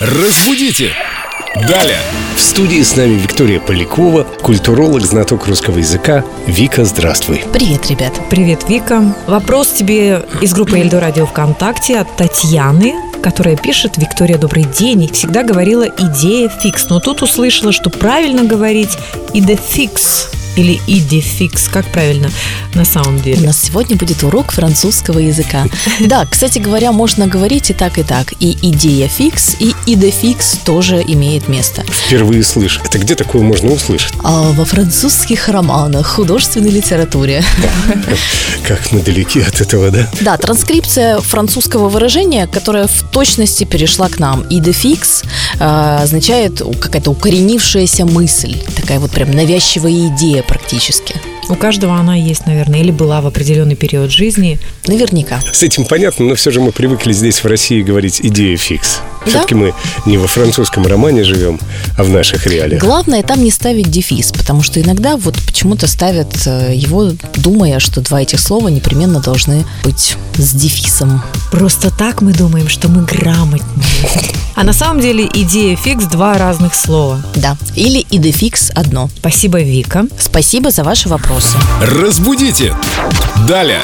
Разбудите! Далее! В студии с нами Виктория Полякова, культуролог, знаток русского языка. Вика, здравствуй. Привет, ребят. Привет, Вика. Вопрос тебе из группы Эльдо Радио ВКонтакте от Татьяны, которая пишет «Виктория, добрый день». И всегда говорила «идея фикс», но тут услышала, что правильно говорить «идефикс» или «идефикс». Как правильно на самом У деле? нас сегодня будет урок французского языка. Да, кстати говоря, можно говорить и так, и так. И идея фикс, и идефикс тоже имеет место. Впервые слышу. Это где такое можно услышать? А во французских романах, художественной литературе. Как мы далеки от этого, да? Да, транскрипция французского выражения, которое в точности перешла к нам. Идефикс э, означает какая-то укоренившаяся мысль. Такая вот прям навязчивая идея практически. У каждого она есть, наверное, или была в определенный период жизни. Наверняка. С этим понятно, но все же мы привыкли здесь, в России, говорить «идея фикс». Да. Все-таки мы не во французском романе живем, а в наших реалиях. Главное там не ставить дефис, потому что иногда вот почему-то ставят э, его, думая, что два этих слова непременно должны быть с дефисом. Просто так мы думаем, что мы грамотные. А на самом деле идея фикс – два разных слова. Да. Или и дефикс одно. Спасибо, Вика. Спасибо за ваши вопросы. Разбудите! Далее!